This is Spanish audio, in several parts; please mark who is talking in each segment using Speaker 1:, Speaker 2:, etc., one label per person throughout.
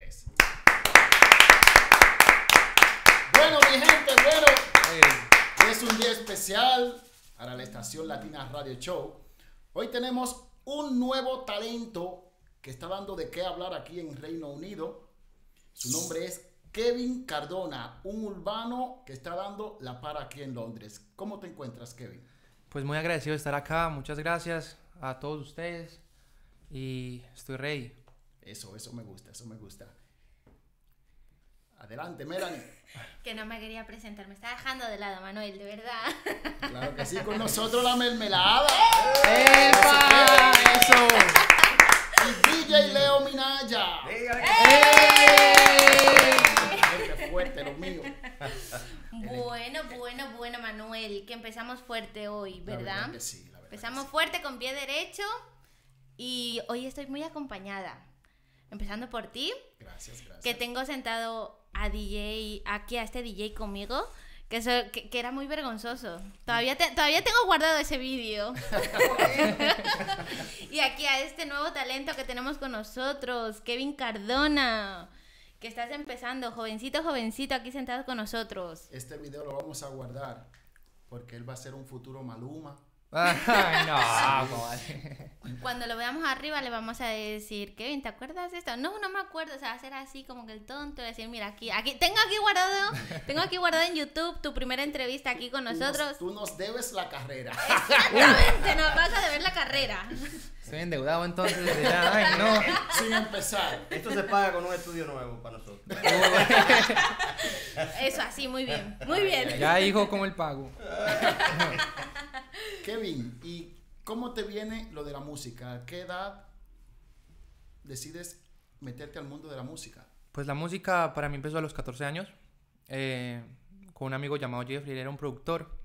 Speaker 1: Eh,
Speaker 2: es un día especial para la estación Latina Radio Show. Hoy tenemos un nuevo talento que está dando de qué hablar aquí en Reino Unido. Su nombre es Kevin Cardona, un urbano que está dando la para aquí en Londres. ¿Cómo te encuentras, Kevin?
Speaker 1: Pues muy agradecido de estar acá, muchas gracias a todos ustedes y estoy ready.
Speaker 2: Eso, eso me gusta, eso me gusta. Adelante, Melanie.
Speaker 3: Que no me quería presentar, me está dejando de lado, Manuel, de verdad.
Speaker 2: Claro que sí, con nosotros la mermelada.
Speaker 1: ¡Epa! ¡Eso!
Speaker 2: Y DJ Leo Minaya.
Speaker 1: ¡Eh!
Speaker 2: Fuerte, fuerte, lo mío.
Speaker 3: Bueno, bueno, bueno, Manuel, que empezamos fuerte hoy,
Speaker 2: La
Speaker 3: ¿verdad?
Speaker 2: que sí, la verdad que
Speaker 3: empezamos fuerte con pie derecho y hoy estoy muy acompañada. Empezando por ti,
Speaker 2: sí. Gracias, gracias.
Speaker 3: que tengo sentado a DJ, aquí a este DJ conmigo, que, so- que, que era muy vergonzoso. Todavía, te- todavía tengo guardado ese vídeo. y aquí a este nuevo talento que tenemos con nosotros, Kevin Cardona, que estás empezando, jovencito, jovencito, aquí sentado con nosotros.
Speaker 2: Este video lo vamos a guardar porque él va a ser un futuro Maluma.
Speaker 1: Ay, no, comadre.
Speaker 3: Cuando lo veamos arriba le vamos a decir, Kevin, ¿te acuerdas de esto? No, no me acuerdo, o sea, hacer así como que el tonto, decir, mira, aquí, aquí, tengo aquí guardado, tengo aquí guardado en YouTube tu primera entrevista aquí con nosotros.
Speaker 2: Tú nos, tú nos debes la carrera.
Speaker 3: Exactamente, nos vas a deber la carrera.
Speaker 1: Estoy endeudado entonces de nada, ay no.
Speaker 2: Sin empezar.
Speaker 4: Esto se paga con un estudio nuevo para nosotros.
Speaker 3: Eso así, muy bien, muy bien.
Speaker 1: Ya hijo como el pago.
Speaker 2: Kevin, ¿y cómo te viene lo de la música? ¿A qué edad decides meterte al mundo de la música?
Speaker 1: Pues la música para mí empezó a los 14 años eh, con un amigo llamado Jeffrey, él era un productor.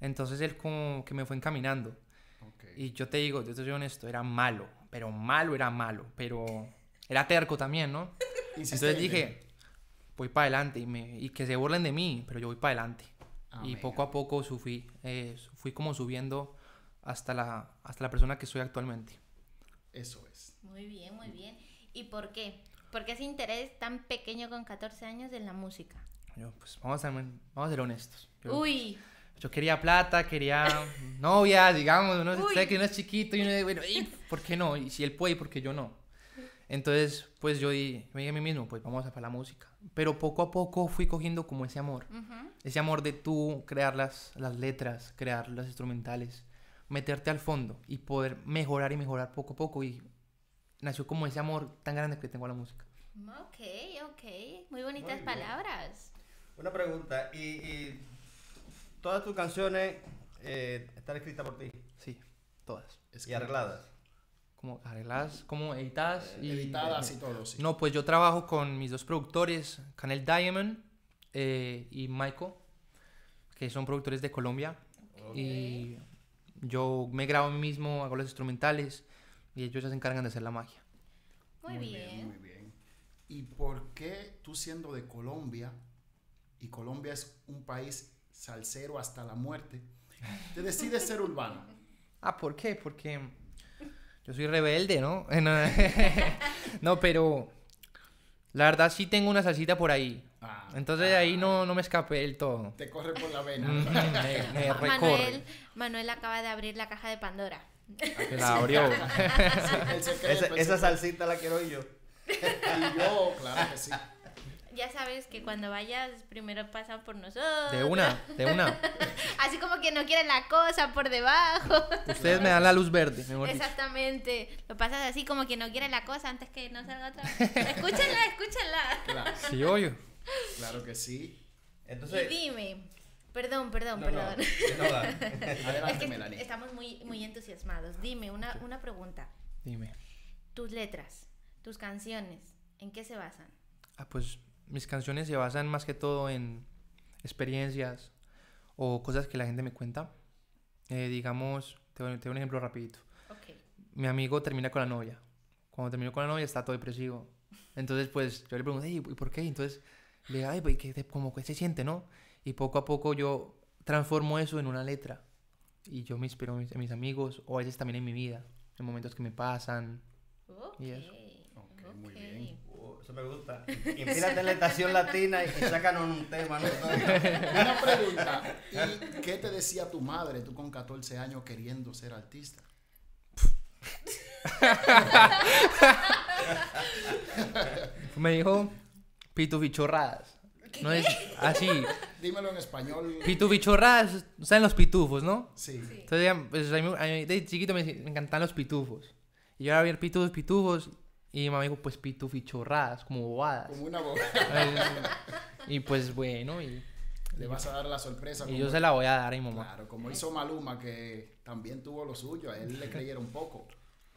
Speaker 1: Entonces él como que me fue encaminando.
Speaker 2: Ok.
Speaker 1: Y yo te digo, yo te soy honesto, era malo, pero malo era malo, pero era terco también, ¿no? Entonces
Speaker 2: Insistente.
Speaker 1: dije, voy para adelante y, me, y que se burlen de mí, pero yo voy para adelante. Y
Speaker 2: Amén.
Speaker 1: poco a poco subí, eh, fui como subiendo hasta la, hasta la persona que soy actualmente.
Speaker 2: Eso es.
Speaker 3: Muy bien, muy bien. ¿Y por qué? ¿Por qué ese interés tan pequeño con 14 años en la música?
Speaker 1: Yo, pues vamos a ser, vamos a ser honestos. Yo,
Speaker 3: Uy,
Speaker 1: yo quería plata, quería novia, digamos, uno
Speaker 3: Uy.
Speaker 1: sabe que uno es chiquito y uno dice, bueno, "Ey, ¿por qué no? Y si él puede, ¿por qué yo no? Entonces, pues yo di- me dije a mí mismo, pues vamos a para la música. Pero poco a poco fui cogiendo como ese amor.
Speaker 3: ujú,
Speaker 1: Ese amor de tú crear las, las letras, crear las instrumentales, meterte al fondo y poder mejorar y mejorar poco a poco. Y nació como ese amor tan grande que tengo a la música.
Speaker 3: ok, ok, muy bonitas
Speaker 4: bien.
Speaker 3: palabras.
Speaker 4: Una pregunta, y, y todas tus canciones eh, están escritas por ti
Speaker 1: Sí, todas.
Speaker 2: Es
Speaker 4: y arregladas.
Speaker 1: Como arregladas, como editadas. y-
Speaker 2: Editadas y todo, sí.
Speaker 1: No, pues yo trabajo con mis dos productores, Canel Diamond eh, y Michael, que son productores de Colombia. Y yo me grabo a mí mismo, hago los instrumentales y ellos ya se encargan de hacer la magia.
Speaker 3: Muy, bien.
Speaker 2: Muy bien. ¿Y por qué tú siendo de Colombia, y Colombia es un país salsero hasta la muerte, te decides ser urbano?
Speaker 1: Ah, ¿por qué? Porque yo soy rebelde, ¿no? No, no, pero la verdad sí tengo una salsita por ahí.
Speaker 2: Ah,
Speaker 1: Entonces de ahí no, no me escapé del todo.
Speaker 2: Te corre por la
Speaker 1: Mm,
Speaker 2: vena.
Speaker 1: me, me recorre.
Speaker 3: Manuel, Manuel acaba de abrir la caja de Pandora.
Speaker 1: Que la abrió.
Speaker 2: Él se cree,
Speaker 4: Esa,
Speaker 2: pues,
Speaker 4: esa
Speaker 2: se-
Speaker 4: salsita la quiero yo.
Speaker 2: Y yo, claro que sí.
Speaker 3: Ya sabes que cuando vayas, primero pasa por nosotros.
Speaker 1: De una, de una.
Speaker 3: Así como que no quieren la cosa por debajo.
Speaker 1: Ustedes me dan la luz verde, mejor dicho.
Speaker 3: Exactamente. Lo pasas así como que no quiere la cosa antes que no salga otra. Escúchala, escúchala.
Speaker 2: Claro,
Speaker 1: Sí, obvio.
Speaker 2: claro que sí.
Speaker 3: Y
Speaker 4: Entonces...
Speaker 3: dime. Perdón, perdón,
Speaker 4: No, no,
Speaker 3: perdón.
Speaker 4: no da.
Speaker 3: Es
Speaker 2: Adelante,
Speaker 3: que
Speaker 2: Melanie.
Speaker 3: estamos muy, muy entusiasmados. Dime una, una pregunta.
Speaker 1: Dime.
Speaker 3: Tus letras, tus canciones, ¿en qué se basan?
Speaker 1: Ah, pues mis canciones se basan más que todo en experiencias o cosas que la gente me cuenta. Eh, digamos, te doy, te doy un ejemplo rapidito.
Speaker 3: Ok.
Speaker 1: Mi amigo termina con la novia. Cuando terminó con la novia está todo depresivo. Entonces, pues yo le pregunté, "Ey, ¿y por qué? Entonces, le digo, ay, pues, ¿qué te- como que se siente, ¿no? Y poco a poco yo transformo eso en una letra. Y yo me inspiro en mis, en mis amigos o a veces también en mi vida, en momentos que me pasan.
Speaker 3: Ok.
Speaker 1: Y eso.
Speaker 2: Ok, muy bien.
Speaker 4: O Uh, Eso me gusta. Inspírate en la estación latina y y sácanos un tema, ¿no? Entonces,
Speaker 2: Una pregunta. ¿Y qué te decía tu madre, tú con 14 años queriendo ser artista?
Speaker 1: Me dijo pitufichorradas. No es ah, así.
Speaker 2: Dímelo en español.
Speaker 1: Pitufichorradas, ¿saben los pitufos, no?
Speaker 2: Sí.
Speaker 3: Sí.
Speaker 1: Entonces, ya, pues, a mí- a mí de chiquito me me encantaban los pitufos. Y yo ahora ver pitufos, pitufos. Y mi mamá dijo, pues pitufichorradas, como bobadas.
Speaker 2: Como una voz.
Speaker 1: Y pues bueno, y,
Speaker 2: Le vas a dar la sorpresa.
Speaker 1: y
Speaker 2: como-
Speaker 1: yo se la voy a dar a mi mamá.
Speaker 2: Claro, como hizo Maluma, que también tuvo lo suyo. A él le creyeron poco.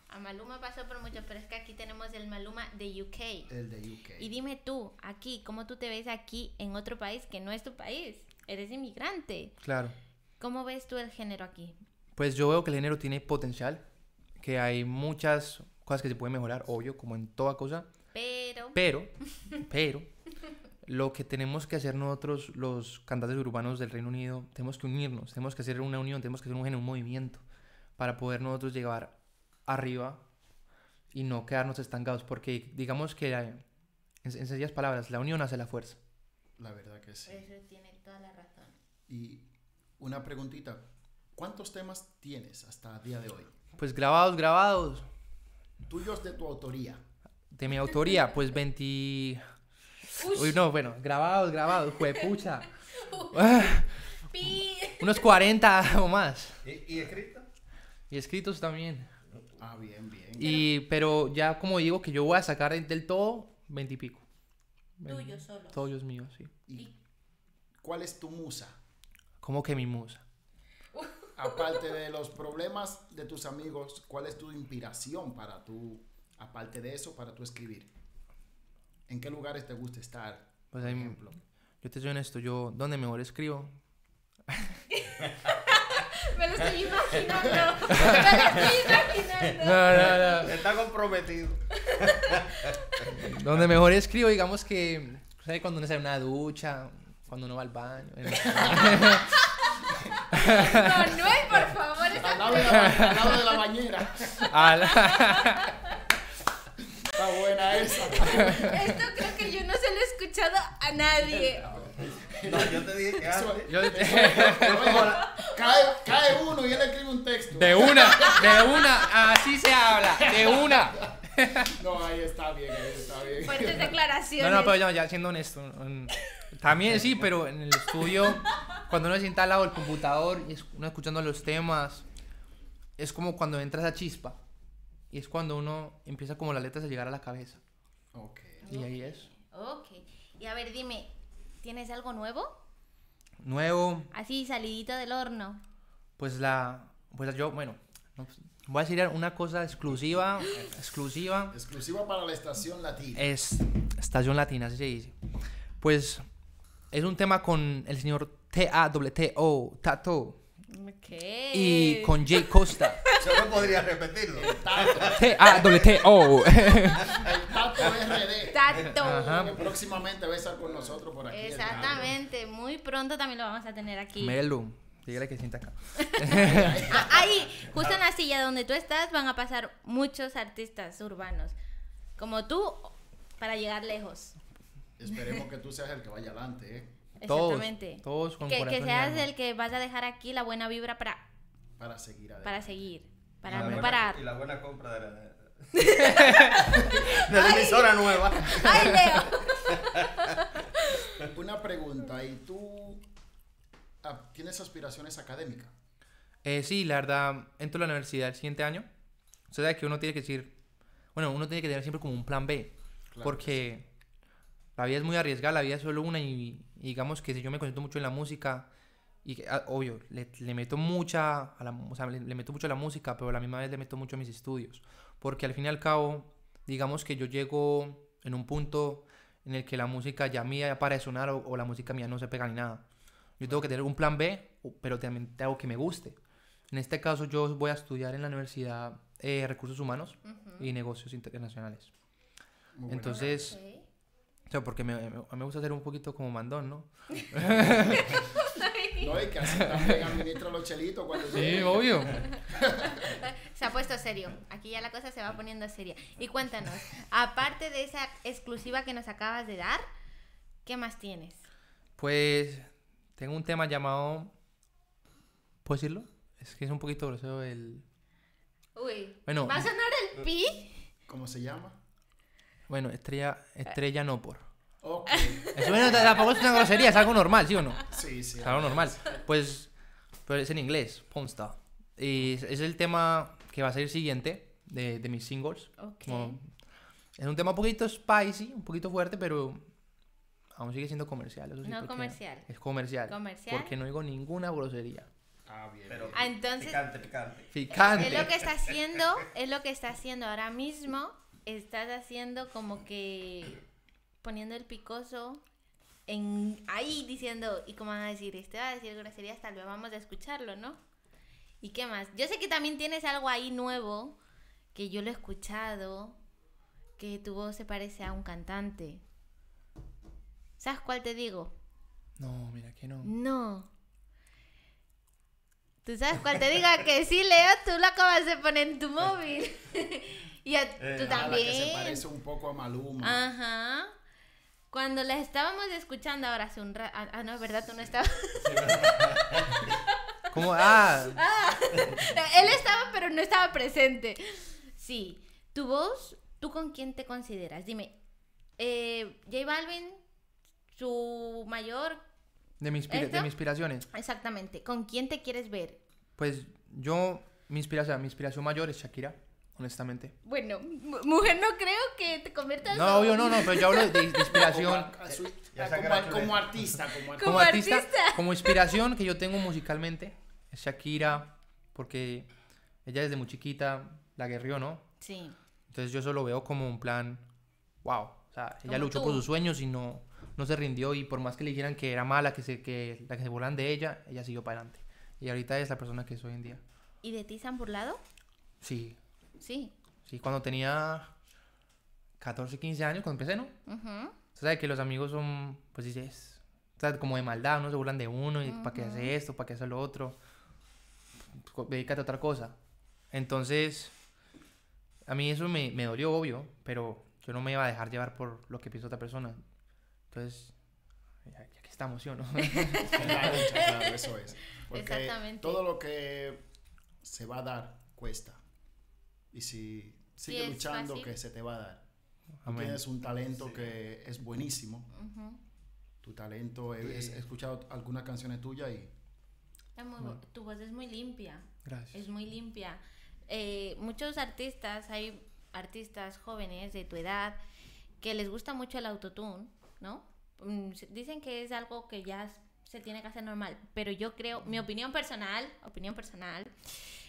Speaker 3: A Maluma pasó por mucho, pero es que aquí tenemos el Maluma de UK.
Speaker 2: El de UK.
Speaker 3: Y dime tú, aquí, ¿cómo tú te ves aquí en otro país que no es tu país? Eres inmigrante.
Speaker 1: Claro.
Speaker 3: ¿Cómo ves tú el género aquí?
Speaker 1: Pues yo veo que el género tiene potencial, que hay muchas cosas que se pueden mejorar, obvio, como en toda cosa.
Speaker 3: Pero,
Speaker 1: Pero, pero, lo que tenemos que hacer nosotros, los cantantes urbanos del Reino Unido, tenemos que unirnos, tenemos que hacer una unión, tenemos que hacer un género, un movimiento, para poder nosotros llegar arriba y no quedarnos estancados, porque digamos que, la- en, en sencillas palabras, la unión hace la fuerza.
Speaker 2: La verdad que sí.
Speaker 3: eso tiene toda la razón.
Speaker 2: Y una preguntita. ¿Cuántos temas tienes hasta el día de hoy?
Speaker 1: Pues grabados, grabados,
Speaker 2: Tuyos de tu autoría.
Speaker 1: de mi autoría, pues 20... Uy, no, bueno, grabados, grabados, juepucha.
Speaker 3: Pi.
Speaker 1: Unos 40 o más.
Speaker 4: ¿Y, y escrito?
Speaker 1: Y escritos también.
Speaker 2: Ah, bien, bien.
Speaker 1: Y, pero ya como digo que yo voy a sacar del todo 20 y pico.
Speaker 3: Tuyo solo.
Speaker 1: Todos míos, sí.
Speaker 2: ¿Y cuál es tu musa?
Speaker 1: Como que mi musa.
Speaker 2: Aparte de los problemas de tus amigos, ¿cuál es tu inspiración para tu, aparte de eso, para tu escribir? ¿En qué lugares te gusta estar?
Speaker 1: Pues ahí, yo te soy honesto, yo donde mejor escribo.
Speaker 3: Me lo estoy imaginando. Me lo estoy imaginando.
Speaker 1: No, no,
Speaker 4: Está comprometido.
Speaker 1: no. Donde mejor escribo, digamos que, ¿sabes? Cuando uno se da una ducha, cuando uno va al baño.
Speaker 3: Manuel, por favor,
Speaker 2: Al
Speaker 3: esa-
Speaker 2: lado de la, ba- al lado de la bañera.
Speaker 1: A Ah, la-
Speaker 2: Está buena esa.
Speaker 3: esto creo que yo no se lo he escuchado a nadie.
Speaker 4: No, yo te dije que antes.
Speaker 1: yo-
Speaker 2: Cae, cae uno y él escribe un texto.
Speaker 1: de una, de una, así se habla, de una.
Speaker 2: No, ahí está bien, ahí está bien.
Speaker 3: Fuertes
Speaker 1: No,
Speaker 3: declaraciones.
Speaker 1: no, pero ya, ya siendo honesto. mm, También sí, pero en el estudio, cuando uno se sienta al lado del computador y es- uno escuchando los temas, es como cuando entra esa chispa. Y es cuando uno empieza como las letras a llegar a la cabeza.
Speaker 2: Ok.
Speaker 1: Y ahí es.
Speaker 3: Ok. Y a ver, dime, ¿tienes algo nuevo?
Speaker 1: Nuevo,
Speaker 3: Así, salidito del horno.
Speaker 1: pues la. Pues yo, bueno, no, pues, voy a decir una cosa exclusiva. Exclusiva.
Speaker 2: Exclusiva para la estación latina.
Speaker 1: Es Estación Latina, así se dice. Pues es un tema con el señor T-A-T-O, Tato.
Speaker 3: Ok.
Speaker 1: Y
Speaker 3: Eh.
Speaker 1: con Jay Costa.
Speaker 4: Solo podría repetirlo.
Speaker 1: T-A-W-T-O.
Speaker 2: El Tato RD.
Speaker 3: Tato.
Speaker 1: Ajá.
Speaker 2: Que próximamente va a estar con nosotros por aquí. el Tato.
Speaker 3: Exactamente. Muy pronto también lo vamos a tener aquí.
Speaker 1: Melo. Dígale que sienta acá.
Speaker 3: Ah, Ahí, justo en la silla donde tú estás, van a pasar muchos artistas urbanos. Como tú, para llegar lejos.
Speaker 2: Esperemos que tú seas el que vaya adelante, ¿eh?
Speaker 1: Todos.
Speaker 3: Exactamente.
Speaker 1: Todos con
Speaker 3: que,
Speaker 1: corazón.
Speaker 3: que
Speaker 1: y
Speaker 3: seas
Speaker 1: alma.
Speaker 3: el que vas a dejar aquí la buena vibra para,
Speaker 2: Para seguir adelante.
Speaker 3: para seguir.
Speaker 4: Y
Speaker 3: Para
Speaker 4: la
Speaker 3: no
Speaker 4: buena-
Speaker 3: parar.
Speaker 4: Y la buena compra de la, de la emisora nueva.
Speaker 3: ¡Ay, Leo!
Speaker 2: Una pregunta, ¿y tú ah, tienes aspiraciones académicas?
Speaker 1: Eh, sí, la verdad, entro a la universidad el siguiente año. O sea, que uno tiene que decir. Bueno, uno tiene que tener siempre como un plan B.
Speaker 2: Claro
Speaker 1: porque la vida es muy arriesgada, la vida es solo una. Y, y digamos que si yo me concentro mucho en la música. Y que, ah, obvio, le, le meto mucha. A la, o sea, le, le meto mucho a la música, pero a la misma vez le meto mucho a mis estudios. Porque al fin y al cabo, digamos que yo llego en un punto en el que la música ya mía ya para de sonar o, o la música mía no se pega ni nada. Yo tengo que tener un plan B, o- pero también tengo que me guste. En este caso yo voy a estudiar en la Universidad eh, Recursos Humanos y Negocios Internacionales.
Speaker 2: Muy buena.
Speaker 1: Entonces, o sea, porque me, me- me gusta ser un poquito como mandón, ¿no?
Speaker 2: No, y que así también administra los chelitos cuando
Speaker 1: Sí, obvio.
Speaker 3: Se ha puesto serio. Aquí ya la cosa se va poniendo seria. Y cuéntanos, aparte de esa exclusiva que nos acabas de dar, ¿qué más tienes?
Speaker 1: Pues tengo un tema llamado... ¿Puedo decirlo? Es que es un poquito grosero el...
Speaker 3: Uy,
Speaker 1: Bueno, eh,
Speaker 3: ¿va a sonar el pi?
Speaker 2: ¿Cómo se llama?
Speaker 1: Bueno, estrella, estrella no por.
Speaker 2: Ok.
Speaker 1: Eso bueno, t- tampoco es una grosería, es algo normal, ¿sí o no?
Speaker 2: Sí, sí.
Speaker 1: Es algo normal. Pues, pues es en inglés, Ponsta. Y es- es el tema que va a ser siguiente de, de mis singles.
Speaker 3: Ok.
Speaker 1: Como- es un tema un poquito spicy, un poquito fuerte, pero aún sigue siendo comercial. eso sí,
Speaker 3: No
Speaker 1: porque
Speaker 3: comercial.
Speaker 1: Es comercial.
Speaker 3: Comercial.
Speaker 1: Porque no digo ninguna grosería.
Speaker 2: Ah, bien.
Speaker 4: Pero
Speaker 3: Ah, entonces-
Speaker 4: picante, picante.
Speaker 1: Picante.
Speaker 3: Es lo que está haciendo, es lo que está haciendo ahora mismo. Estás haciendo como que poniendo el picoso en ahí diciendo, y como van a decir, este va a decir groserías, tal vez vamos a escucharlo, ¿no? ¿Y qué más? Yo sé que también tienes algo ahí nuevo que yo lo he escuchado, que tu voz se parece a un cantante. ¿Sabes cuál te digo?
Speaker 1: No, mira que no.
Speaker 3: No. Tú sabes cuál te diga que sí, Leo, tú lo acabas de poner en tu móvil. y a-
Speaker 4: Eh,
Speaker 3: tú
Speaker 4: a la
Speaker 2: Ah, la que se
Speaker 3: también.
Speaker 2: parece un poco a
Speaker 3: Ah.
Speaker 2: Maluma.
Speaker 3: Ajá. Cuando las estábamos escuchando ahora hace un rato. Ah, no, es verdad, tú no estabas.
Speaker 1: ¿Cómo? Ah,
Speaker 3: Él estaba, pero no estaba presente. Sí. Tu voz, ¿tú con quién te consideras? Dime, eh, J Balvin, su mayor.
Speaker 1: de, mi inspira- de
Speaker 3: ¿Esto?
Speaker 1: mis inspiraciones.
Speaker 3: Exactamente. ¿Con quién te quieres ver?
Speaker 1: Pues yo, mi inspiración, mi inspiración mayor es Shakira, honestamente.
Speaker 3: Bueno, mu- mujer, no creo que te conviertas
Speaker 1: No,
Speaker 3: en-
Speaker 1: obvio, no, no, pero yo hablo de, de
Speaker 2: Como,
Speaker 1: inspiración.
Speaker 2: a- a su-
Speaker 4: Ya
Speaker 2: a-
Speaker 4: saca
Speaker 2: como-
Speaker 4: la
Speaker 2: como
Speaker 4: chuleta.
Speaker 2: artista, como artista.
Speaker 1: Como artista,
Speaker 3: artista.
Speaker 1: como inspiración que yo tengo musicalmente es Shakira, porque ella desde muy chiquita la guerrió, ¿no?
Speaker 3: Sí.
Speaker 1: Entonces yo eso lo veo como un plan, wow. O sea, ella
Speaker 3: Como
Speaker 1: luchó
Speaker 3: tú.
Speaker 1: por sus sueños y no, no se rindió y por más que le dijeran que era mala, que se, que, la que se burlan de ella, ella siguió para adelante. Y ahorita es la persona que es hoy en día.
Speaker 3: ¿Y de ti se han burlado?
Speaker 1: Sí,
Speaker 3: Sí.
Speaker 1: sí, cuando tenía 14, 15 años, cuando empecé, ¿no?
Speaker 3: Ujú.
Speaker 1: Usted sabe que los amigos son, pues dices, o sea, como de maldad, uno se burlan de uno y para qué hace esto, para qué hace lo otro, Co- dedícate a otra cosa. Entonces, a mí eso me, me dolió, obvio, pero yo no me iba a dejar llevar por lo que piensa otra persona. Entonces, ya, ya que estamos, ¿sí o no?
Speaker 2: Claro, claro, eso es. Porque
Speaker 3: Exactamente.
Speaker 2: todo lo que se va a dar cuesta. Y si sigue
Speaker 3: es
Speaker 2: luchando,
Speaker 3: fácil.
Speaker 2: que se te va a dar. Tú
Speaker 1: Amén.
Speaker 2: tienes un talento que es buenísimo.
Speaker 3: Ujú.
Speaker 2: Tu talento, he,
Speaker 4: Sí.
Speaker 2: he escuchado algunas canciones tuyas y
Speaker 3: Es muy bo- Tu voz es muy limpia.
Speaker 1: Gracias.
Speaker 3: Es muy limpia. Eh, muchos artistas, hay artistas jóvenes de tu edad que les gusta mucho el autotune, ¿no? Mm, se- Dicen que es algo que ya s- se tiene que hacer normal, pero yo creo, mi opinión personal, opinión personal,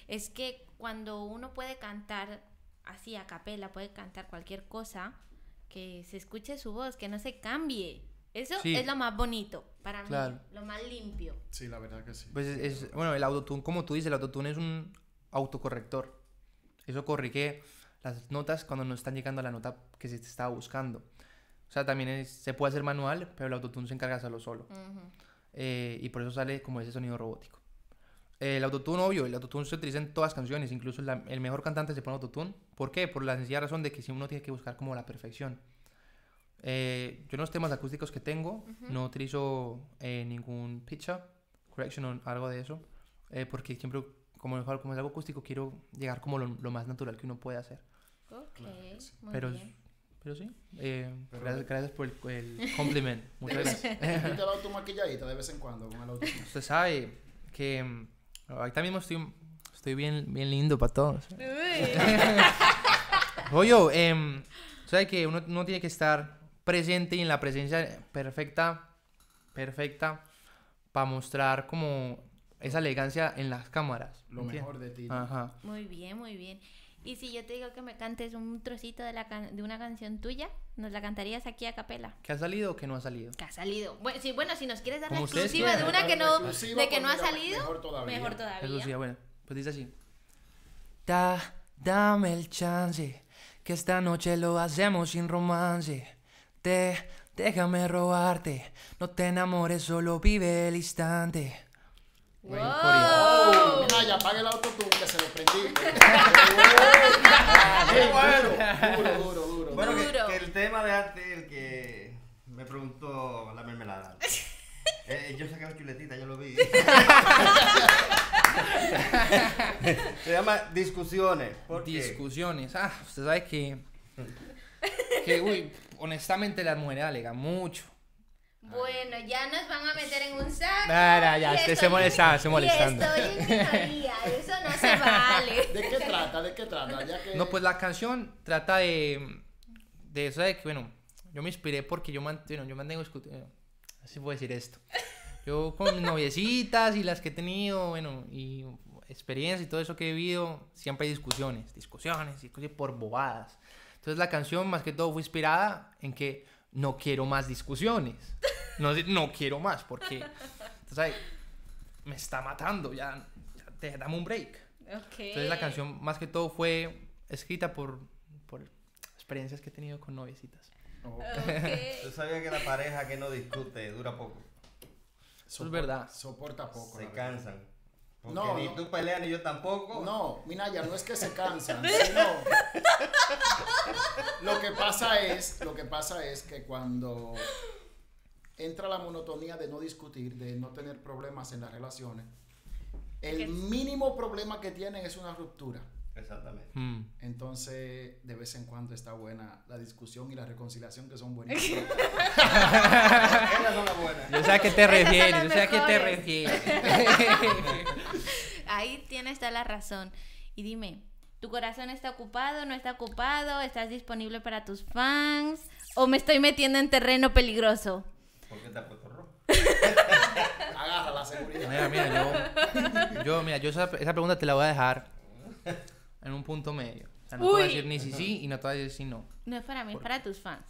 Speaker 3: es que cuando uno puede cantar así a capela, puede cantar cualquier cosa, que se escuche su voz, que no se cambie. Eso
Speaker 1: Sí.
Speaker 3: es lo más bonito para mí,
Speaker 1: Claro.
Speaker 3: lo más limpio.
Speaker 2: sí, la verdad que sí.
Speaker 1: Pues es, es- bueno, el autotune, como tú dices, el autotune es un autocorrector. Eso corrige las notas cuando no están llegando a la nota que se te estaba buscando. O sea, también es- se puede hacer manual, pero el autotune se encarga de hacerlo solo.
Speaker 3: Ujú.
Speaker 1: Eh, y por eso sale como ese sonido robótico. El autotune, obvio, el autotune se utiliza en todas canciones, incluso la- el mejor cantante se pone autotune. ¿Por qué? Por la sencilla razón de que si uno tiene que buscar como la perfección. Eh, yo en los temas acústicos que tengo no utilizo eh, ningún pitch up, correction o algo de eso, eh, porque siempre, como, es- como es algo acústico, quiero llegar como lo, lo más natural que uno puede hacer.
Speaker 3: Ok,
Speaker 2: Claro que sí.
Speaker 3: muy
Speaker 1: pero,
Speaker 3: bien.
Speaker 1: pero sí, eh,
Speaker 2: Pero-
Speaker 1: gracias, gracias por el, el compliment. Muchas
Speaker 2: Debes-
Speaker 1: gracias.
Speaker 2: Yo te la automaquilladita de vez en cuando con el auto.
Speaker 1: Usted sabe que mm, ahorita mismo estoy, estoy bien, bien lindo para todos.
Speaker 3: Uy,
Speaker 1: Oye, em, sabe que uno, uno tiene que estar presente y en la presencia perfecta, perfecta, para mostrar como esa elegancia en las cámaras.
Speaker 2: Lo
Speaker 1: ¿entiende?
Speaker 2: mejor de ti.
Speaker 1: Ajá.
Speaker 3: muy bien, muy bien. Y si yo te digo que me cantes un trocito de, la can- de una canción tuya, ¿nos la cantarías aquí a capela?
Speaker 1: ¿Qué ha salido o qué no ha salido?
Speaker 3: Que ha salido. Bueno, sí, bueno, si nos quieres dar la
Speaker 1: Como ustedes
Speaker 3: exclusiva de
Speaker 1: quieran.
Speaker 3: una que no,
Speaker 2: Exclusiva,
Speaker 3: de que no ha
Speaker 2: pues mira,
Speaker 3: salido,
Speaker 2: mejor todavía.
Speaker 3: mejor todavía.
Speaker 1: Eso sí, bueno. Pues dice así. Da, dame el chance, que esta noche lo hacemos sin romance. Te, déjame robarte, no te enamores, solo vive el instante.
Speaker 3: ¡Wow!
Speaker 4: Oh.
Speaker 1: Buen coreo.
Speaker 2: Naya, apague el autotune que se lo prendí.
Speaker 4: ¡Qué bueno!
Speaker 2: duro, duro, duro.
Speaker 4: Bueno, que,
Speaker 3: Duro.
Speaker 4: que el tema de arte, el que me preguntó la mermelada. Eh, yo saqué la chuletita, yo lo vi. Se llama discusiones. ¿Por qué?
Speaker 1: Discusiones. Ah, usted sabe que. que, uy, honestamente las mujeres alegan mucho.
Speaker 3: Bueno, ya nos van a meter en un saco.
Speaker 1: Nah, nah, ya,
Speaker 3: Y
Speaker 1: se- se
Speaker 3: estoy-
Speaker 1: molestaba, se
Speaker 3: y
Speaker 1: molestando.
Speaker 3: Estoy en minoría, eso no se vale.
Speaker 2: ¿De qué trata? ¿De qué trata? Ya que...
Speaker 1: No, pues la canción trata de. de eso de que, bueno, yo me inspiré porque yo, man- bueno, yo mantengo. escu- bueno, Así puedo decir esto. Yo con mis noviecitas y las que he tenido, bueno, y experiencia y todo eso que he vivido, siempre hay discusiones, discusiones, discusiones por bobadas. Entonces la canción más que todo fue inspirada en que no quiero más discusiones. No, decir, no quiero más porque, tú sabes, me está matando, ya, ya te- dame un break.
Speaker 3: Ok.
Speaker 1: Entonces la canción más que todo fue escrita por, por experiencias que he tenido con noviecitas.
Speaker 2: Oh,
Speaker 4: Tú
Speaker 3: Ok.
Speaker 4: sabías que la pareja que no discute dura poco.
Speaker 1: Eso es verdad.
Speaker 2: Soporta poco.
Speaker 4: Se
Speaker 2: la verdad.
Speaker 4: cansan. Porque
Speaker 2: No,
Speaker 4: ni
Speaker 2: no.
Speaker 4: tú peleas ni yo tampoco.
Speaker 2: No, Minaya, no es que se cansan, sino lo que pasa es, lo que pasa es que cuando entra la monotonía de no discutir, de no tener problemas en las relaciones,
Speaker 3: Que-
Speaker 2: el mínimo problema que tienen es una ruptura.
Speaker 4: Exactamente.
Speaker 1: Mm.
Speaker 2: Entonces, de vez en cuando está buena la discusión y la reconciliación que son buenísimas.
Speaker 4: Esas son las buenas.
Speaker 1: Yo sé a qué te
Speaker 3: Esas son
Speaker 1: refieres,
Speaker 3: las
Speaker 1: yo sé a qué te
Speaker 3: mejores.
Speaker 1: refieres.
Speaker 3: Ahí tienes toda la razón. Y dime, ¿tu corazón está ocupado, no está ocupado? ¿Estás disponible para tus fans? ¿O me estoy metiendo en terreno peligroso?
Speaker 4: ¿Por qué te has puesto rojo?
Speaker 2: Agarra la seguridad.
Speaker 1: mira, mira, yo, yo, mira, yo esa, esa pregunta te la voy a dejar en un punto medio. O sea, no te voy a
Speaker 3: Uy.
Speaker 1: decir ni si sí y no te voy a decir si no.
Speaker 3: No es para mí, es para tus fans.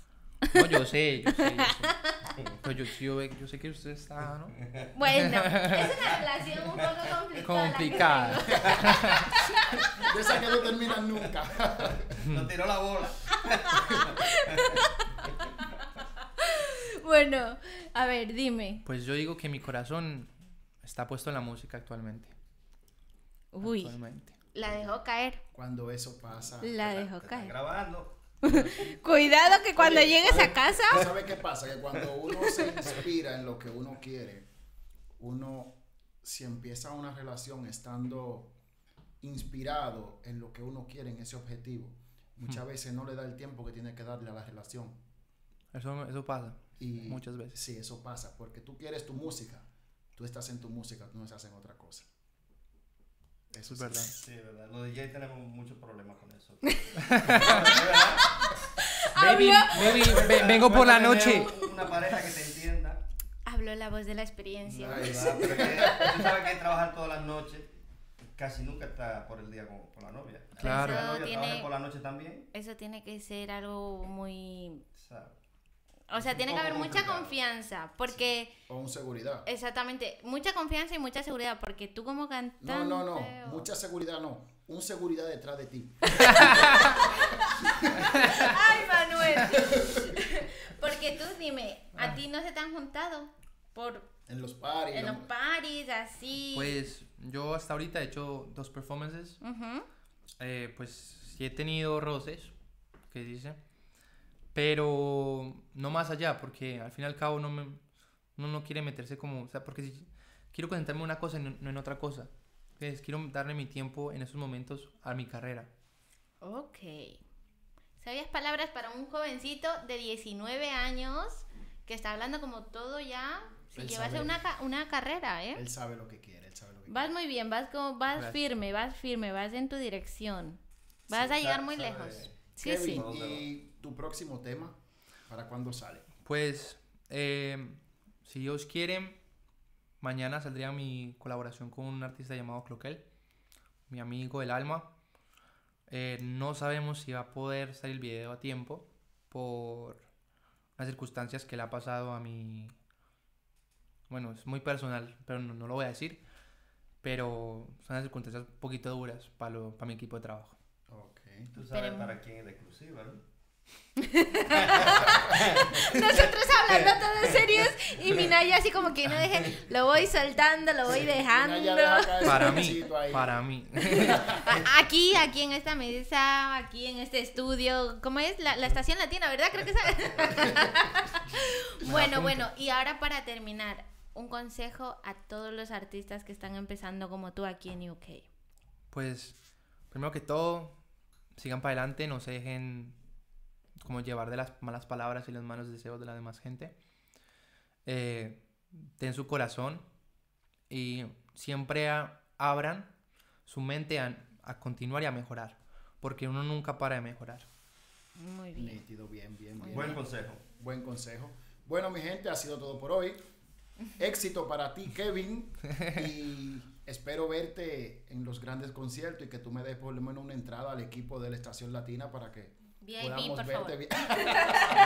Speaker 1: No, yo sé, yo sé, yo sé. Pero yo, yo, yo sé que usted está, ¿no?
Speaker 3: Bueno, es una relación un poco complicada.
Speaker 1: Complicada.
Speaker 2: De esa que no terminan nunca.
Speaker 4: No tiró la bola.
Speaker 3: Bueno, a ver, dime.
Speaker 1: Pues yo digo que mi corazón está puesto en la música actualmente.
Speaker 3: Uy,
Speaker 1: Actualmente.
Speaker 3: la dejó caer.
Speaker 2: Cuando eso pasa.
Speaker 3: La dejó
Speaker 4: Te están
Speaker 3: caer.
Speaker 4: grabando.
Speaker 3: Cuidado que cuando
Speaker 2: Oye,
Speaker 3: llegues a
Speaker 2: ¿sabe-
Speaker 3: casa.
Speaker 2: ¿Sabe qué pasa? Que cuando uno se inspira en lo que uno quiere, uno, si empieza una relación estando inspirado en lo que uno quiere, en ese objetivo, muchas veces no le da el tiempo que tiene que darle a la relación.
Speaker 1: Eso, eso pasa.
Speaker 2: Y
Speaker 1: Muchas veces.
Speaker 2: Sí, eso pasa, porque tú quieres tu música, tú estás en tu música, tú no estás en otra cosa.
Speaker 1: Eso es verdad.
Speaker 4: Sí, verdad. Los DJs tenemos muchos problemas con eso.
Speaker 1: Baby, baby, ve- vengo por la
Speaker 4: Bueno, tener
Speaker 1: noche.
Speaker 4: un- Una pareja que te entienda.
Speaker 3: Habló la voz de la
Speaker 4: La
Speaker 3: experiencia.
Speaker 4: verdad, pero que- Tú sabes que trabajar todas las noches casi nunca está por el día con, con la novia.
Speaker 1: Claro.
Speaker 4: Si la
Speaker 3: Eso
Speaker 4: novia
Speaker 3: tiene-
Speaker 4: trabaja por la noche también.
Speaker 3: Eso tiene que ser algo muy...
Speaker 4: ¿sabes?
Speaker 3: O sea,
Speaker 4: un
Speaker 3: tiene que
Speaker 4: poco
Speaker 3: haber mucha
Speaker 4: complicado.
Speaker 3: confianza, porque...
Speaker 2: O un seguridad.
Speaker 3: Exactamente, mucha confianza y mucha seguridad, porque tú como cantante... oh.
Speaker 2: No, no, no,
Speaker 3: o-
Speaker 2: mucha seguridad no, un seguridad detrás de ti.
Speaker 3: ¡Ay, Manuel! porque tú dime,
Speaker 2: Ah.
Speaker 3: a ti no se te han juntado por
Speaker 2: En los pares.
Speaker 3: en los paris, así...
Speaker 1: Pues yo hasta ahorita he hecho dos performances.
Speaker 3: Ujú.
Speaker 1: Eh, pues sí he tenido roces, que dice. Pero no más allá, porque al fin y al cabo no me, uno no quiere meterse como... O sea, porque si- quiero concentrarme en una cosa y no, no en otra cosa. Entonces quiero darle mi tiempo en esos momentos a mi carrera.
Speaker 3: Ok. ¿Sabías palabras para un jovencito de 19 años que está hablando como todo ya? Si
Speaker 2: El
Speaker 3: llevase
Speaker 2: saber.
Speaker 3: una, ca- una carrera, ¿eh?
Speaker 2: Él sabe lo que quiere, él sabe lo que quiere.
Speaker 3: Vas muy bien, vas como, vas
Speaker 1: Gracias.
Speaker 3: firme, vas firme, vas en tu dirección. Vas a
Speaker 4: sa-
Speaker 3: llegar muy
Speaker 4: sabe.
Speaker 3: lejos. Sí, sí.
Speaker 2: Kevin,
Speaker 4: sí.
Speaker 2: ¿y tu próximo tema? ¿Para cuándo sale?
Speaker 1: Pues, eh, si Dios quiere, mañana saldría mi colaboración con un artista llamado Cloquel, mi amigo del alma. Eh, no sabemos si va a poder salir el video a tiempo por las circunstancias que le ha pasado a mi... Bueno, es muy personal, pero no, no lo voy a decir. Pero son las circunstancias un poquito duras para, lo- para mi equipo de trabajo.
Speaker 2: Ok.
Speaker 4: Tú sabes
Speaker 3: Esperemos.
Speaker 4: para quién es la exclusiva, ¿no?
Speaker 3: Nosotros hablando todo serios Y Minaya así como que no deje, lo voy soltando, lo voy dejando.
Speaker 2: Minaya deja caer su
Speaker 1: Para mí,
Speaker 2: pechito ahí.
Speaker 1: para mí.
Speaker 3: A- Aquí, aquí en esta mesa, aquí en este estudio, ¿cómo es? La, la estación latina, ¿verdad? Creo que es. bueno,
Speaker 1: apunto.
Speaker 3: bueno, y ahora para terminar, un consejo a todos los artistas que están empezando como tú aquí en UK.
Speaker 1: Pues, primero que todo, sigan para adelante, no se dejen como llevar de las malas palabras y los malos deseos de la demás gente. Eh, ten su corazón y siempre a- abran su mente a, a continuar y a mejorar, porque uno nunca para de mejorar.
Speaker 3: Muy bien.
Speaker 2: Nítido, bien, bien, bien.
Speaker 4: Buen consejo.
Speaker 2: Buen consejo. Bueno, mi gente, ha sido todo por hoy. Éxito para ti, Kevin. Y espero verte en los grandes conciertos y que tú me des por lo menos una entrada al equipo de la Estación Latina para que
Speaker 3: VIP,
Speaker 2: podamos
Speaker 3: por
Speaker 2: verte
Speaker 3: favor.
Speaker 2: bien.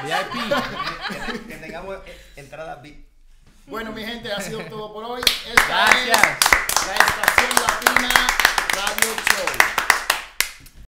Speaker 1: VIP.
Speaker 4: Que, que tengamos eh, entrada VIP.
Speaker 2: Bueno, mi gente, ha sido todo por hoy. Esta
Speaker 1: Gracias.
Speaker 2: es la Estación Latina Radio Show.